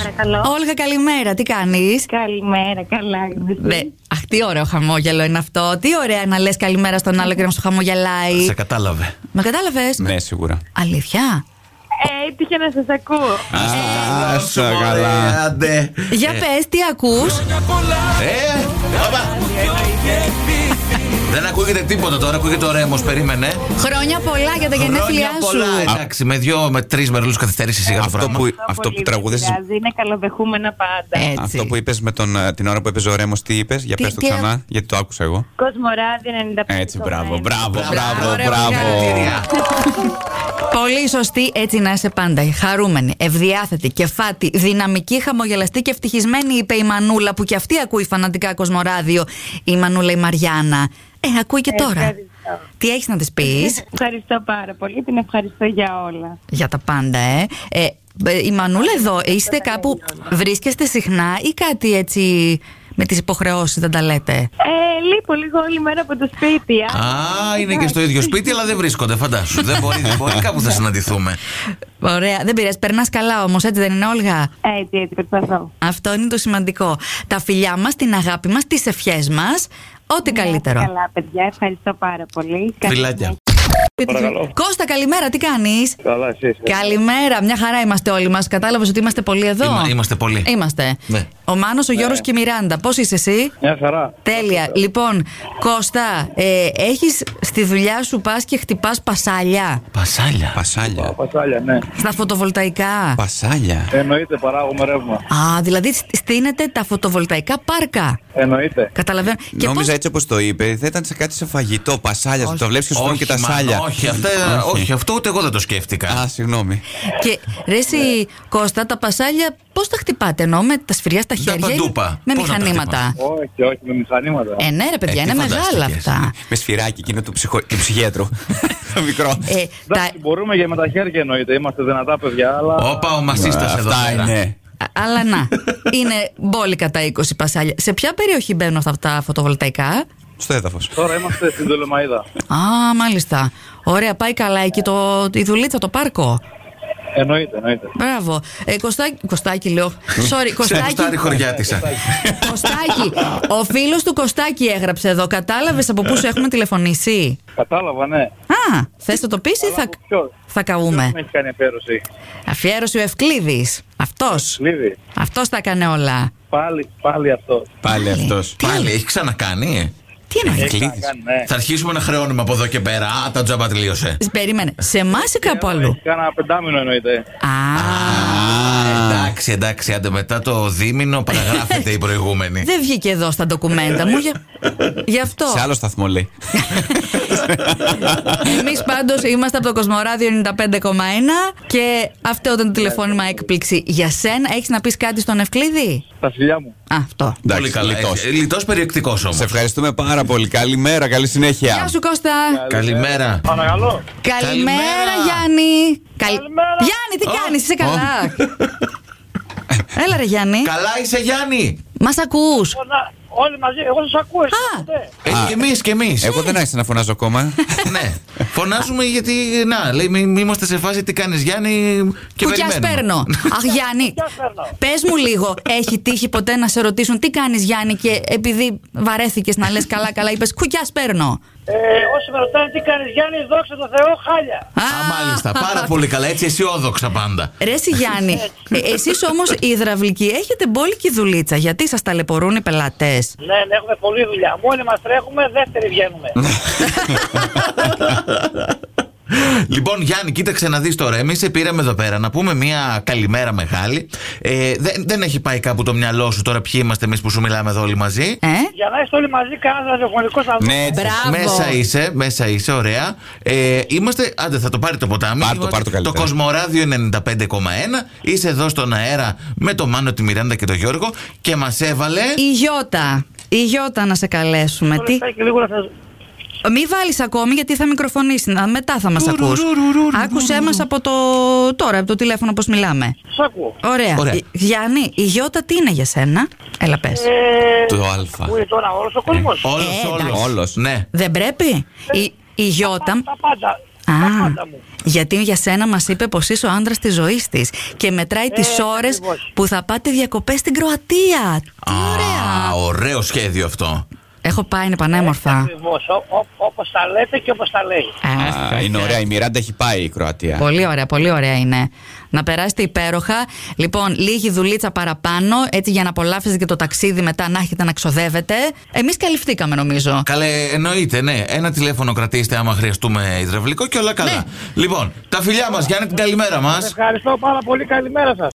παρακαλώ. Όλγα, καλημέρα. Τι κάνεις. Καλημέρα, καλά. Ναι. Ναι. Είμαι. Αχ, τι ωραίο χαμόγελο είναι αυτό. Τι ωραία να λες καλημέρα στον άλλο και να σου χαμογελάει. Σε κατάλαβε. Με κατάλαβες. Ναι, σίγουρα. Αλήθεια. Ε, Έτυχε να σας ακούω. Άσα ε, καλά. Άντε. Για πες, τι ακούς. Ε, όπα. Δεν ακούγεται τίποτα τώρα, ακούγεται ο Ρέμος, περίμενε. Χρόνια πολλά για τα γενέθλιά Χρόνια πολλά, σου. εντάξει, με δύο με τρεις μερλούς καθυστερήσει σιγά το Αυτό πράγμα. που, Πολύ αυτό που δεν τραγούδες- πειράζει, Είναι καλοδεχούμενα πάντα. Έτσι. Αυτό που είπες με τον, ε, την ώρα που έπαιζε ο Ρέμος, τι είπες, για Τι- πες το τι ξανά, άκου- γιατί το άκουσα εγώ. Κοσμοράδι 95. Έτσι, μπράβο, μπράβο, μπράβο, ρε, μπράβο. Ε, Κυρία. Πολύ σωστή, έτσι να είσαι πάντα. Χαρούμενη, ευδιάθετη, κεφάτη, δυναμική, χαμογελαστή και ευτυχισμένη, είπε η Μανούλα, που και αυτή ακούει φανατικά Κοσμοράδιο. Η Μανούλα η Μαριάννα. Ε, ακούει και τώρα. Ευχαριστώ. Τι έχεις να της πεις Ευχαριστώ πάρα πολύ. Την ευχαριστώ για όλα. για τα πάντα, ε. ε ε, η Μανούλα εδώ, είστε κάπου, βρίσκεστε συχνά ή κάτι έτσι με τις υποχρεώσεις δεν τα λέτε. Ε, λείπω λίγο όλη μέρα από το σπίτι. Α, Α, είναι και στο ίδιο σπίτι, αλλά δεν βρίσκονται, φαντάσου. δεν μπορεί, δεν μπορεί, κάπου θα συναντηθούμε. Ωραία, δεν πειράζει, περνάς καλά όμως, έτσι δεν είναι Όλγα. Έτσι, έτσι, προσπαθώ. Αυτό είναι το σημαντικό. Τα φιλιά μας, την αγάπη μας, τις ευχές μας, ό,τι καλύτερο. Ναι, Ε, Καλά, παιδιά, ευχαριστώ πάρα πολύ. Καλή Φιλάκια. Παρακαλώ. Κώστα, καλημέρα, τι κάνεις? Καλά, εσύ. Καλημέρα, μια χαρά είμαστε όλοι μας. Κατάλαβες ότι είμαστε πολύ εδώ. Είμα- είμαστε πολλοί. Είμαστε. Ναι. Ο Μάνος, ο Γιώργος και η Μιράντα. Πώς είσαι εσύ? Μια χαρά. Τέλεια. Λοιπόν, Κώστα, ε, έχεις στη δουλειά σου πας και χτυπάς πασάλια Πασάλια. Πασάλια. Πασάλια, ναι. στα φωτοβολταϊκά. Ε, Πασάλια. Εννοείται, παράγουμε ρεύμα. Α, δηλαδή σ- στείνεται τα φωτοβολταϊκά πάρκα. Εννοείται. Καταλαβαίνω. Και Νόμιζα πώς- έτσι όπως το είπε, θα ήταν σε κάτι σε φαγητό. Πασάλια, θα το βλέπεις και σου φέρουν και τα μάνα, σάλια. όχι, αυτά, όχι, αυτό ούτε εγώ δεν το σκέφτηκα. Α, συγγνώμη. Και ρε Ναι. εσύ, Κώστα, τα πασάλια πώς τα χτυπάτε ενώ με τα σφυριά στα Τα χέρια. ή παντούπα. Με Πώς να τα μηχανήματα. Όχι, όχι, με μηχανήματα. Ε, ναι, ρε παιδιά, Ε, τι είναι μεγάλα φαντάστηκες. αυτά. Με σφυράκι εκείνο του, ψυχο... του ψυχιατρού. το μικρό. Ε, τα... Εντάξει, μπορούμε και με τα χέρια εννοείται. Είμαστε δυνατά παιδιά, αλλά. Όπα, ο μασίστας εδώ. Αυτά πέρα. είναι. α- Αλλά να, είναι μπόλικα τα 20 πασάλια. Σε ποια περιοχή μπαίνουν αυτά τα φωτοβολταϊκά. Στο έδαφος. Τώρα είμαστε στην Τολεμαίδα. Α, μάλιστα. Ωραία, πάει καλά εκεί το, η δουλίτσα, το πάρκο. Εννοείται, εννοείται. Μπράβο. Ε, Κωστάκι, Κωστάκι λέω. Sorry, Σε Κωστάκι. κουστάρι χωριάτισα. Κωστάκι. Ο φίλος του Κωστάκι έγραψε εδώ. Κατάλαβες από πού σου έχουμε τηλεφωνήσει. Κατάλαβα, ναι. Α, θες να το πεις ή θα, ποιος? θα καούμε. Δεν έχει κάνει αφιέρωση. Αφιέρωση ο Ευκλήδης. Αυτός. Λίβι. Αυτός τα έκανε όλα. Πάλι, πάλι αυτός. Πάλι αυτός. Πάλι, έχει ξανακάνει. Τι εννοείς. Έχει Ευκλείδης. ξανακάνει, ναι. Θα αρχίσουμε να χρεώνουμε από εδώ και πέρα. Α, τα τζάμπα τελείωσε. Περίμενε. Σε εμάς ή κάπου αλλού. Έχει κάνει ένα πεντάμινο εννοείται. Α, Ε, Εντάξει, εντάξει, άντε μετά το δίμηνο παραγράφεται η προηγούμενη. δεν βγήκε εδώ στα ντοκουμέντα μου. Γι' γι' αυτό. Σε άλλο σταθμό λέει. Εμείς πάντως είμαστε από το Κοσμοράδιο 95,1 και αυτό ήταν το τηλεφώνημα έκπληξη για σένα. Έχεις να πεις κάτι στον Ευκλήδη. Τα φιλιά μου. Α, αυτό. Πολύ Εντάξει, καλά. λιτός. Λιτός περιεκτικός Ε, Σε όμω. ευχαριστούμε πάρα πολύ. Καλημέρα, καλή συνέχεια. Γεια σου Κώστα. Καλημέρα. Παρακαλώ. Καλημέρα, Καλημέρα. Γιάννη. Καλη- Καλημέρα. Γιάννη, τι Ω, κάνεις, είσαι ω. καλά. Ε? Έλα ρε Γιάννη. Καλά είσαι, Γιάννη. Μας ακούς. Όλοι μαζί, εγώ σας ακούω. Α, Ε, κι εμεί, κι εμείς. Εγώ δεν άρχισα να φωνάζω ακόμα. ναι. Φωνάζουμε γιατί. Να, λέει, μη, μη είμαστε σε φάση τι κάνεις, Γιάννη. Και κουκιάς περιμένουμε. παίρνω. Αχ Γιάννη, πες μου λίγο, έχει τύχει ποτέ να σε ρωτήσουν τι κάνεις Γιάννη και επειδή βαρέθηκες να λες καλά καλά είπες κουκιάς παίρνω. Ε, όσοι με ρωτάνε τι κάνεις, Γιάννη, δόξα τω Θεώ, χάλια. Α, Α, μάλιστα. Πάρα πολύ καλά. Έτσι αισιόδοξα πάντα. Ρε εσύ, Γιάννη, ε, εσείς όμως οι υδραυλικοί έχετε μπόλικη δουλίτσα γιατί σας ταλαιπωρούν οι πελάτες. Ναι, ναι, έχουμε πολλή δουλειά. Μόνοι μας τρέχουμε, δεύτερη βγαίνουμε. Λοιπόν, Γιάννη, κοίταξε να δεις τώρα. Εμείς σε πήραμε εδώ πέρα να πούμε μια καλημέρα μεγάλη. Ε, δεν, δεν έχει πάει κάπου το μυαλό σου τώρα ποιοι είμαστε εμείς που σου μιλάμε εδώ όλοι μαζί. Ε? Για να είστε όλοι μαζί, κανένας ραδιοφωνικό θα Ναι, έτσι. Μπράβο. Μέσα είσαι, μέσα είσαι, ωραία. Ε, είμαστε, άντε θα το πάρει το ποτάμι. Πάρ' το, Είμαστε πάρ' το καλύτερα. Κοσμοράδιο 95,1. Είσαι εδώ στον αέρα με το Μάνο, τη Μιράντα και τον Γιώργο και μας έβαλε. Η Γιώτα. Η Γιώτα να σε καλέσουμε. Τι... Λεπτάκι, λίγο να σας... Μη βάλεις ακόμη γιατί θα μικροφωνήσεις. Να- Μετά θα μας ακούς. Άκουσέ μας από το τώρα, από το τηλέφωνο πώς μιλάμε. Σας ακούω. Ωραία. Ωραία. Ε, Γιάννη, η Γιώτα τι είναι για σένα. Έλα πες. Ε, Το Α. Πού είναι τώρα όλος ο κόσμος. Όλος, Ε, όλος. εντάξει. Ναι. Δεν πρέπει. Η, η Γιώτα... Τα πάντα. Α, πάντα μου. γιατί για σένα μας είπε πως είσαι ο άντρας της ζωής της και μετράει τις ώρες Ε, ακριβώς. που θα πάτε διακοπές στην Κροατία. Τι Α, ωραία. ωραίο σχέδιο αυτό. Έχω πάει, είναι πανέμορφα. Ακριβώς, ό- ό- όπως τα λέτε και όπως τα λέει. Αχ, Α, είναι ωραία. Η Μιράντα έχει πάει η Κροατία. ε, Πολύ ωραία, πολύ ωραία είναι. Να περάσετε υπέροχα. Λοιπόν, λίγη δουλίτσα παραπάνω, έτσι για να απολαύσετε και το ταξίδι μετά να έχετε να ξοδεύετε. Εμείς καλυφθήκαμε, νομίζω. Καλέ, εννοείται, ναι. Ένα τηλέφωνο κρατήστε άμα χρειαστούμε υδραυλικό και όλα καλά. Λοιπόν, τα φιλιά μας, Γιάννη, την καλημέρα μας. Ευχαριστώ πάρα πολύ, καλημέρα σας.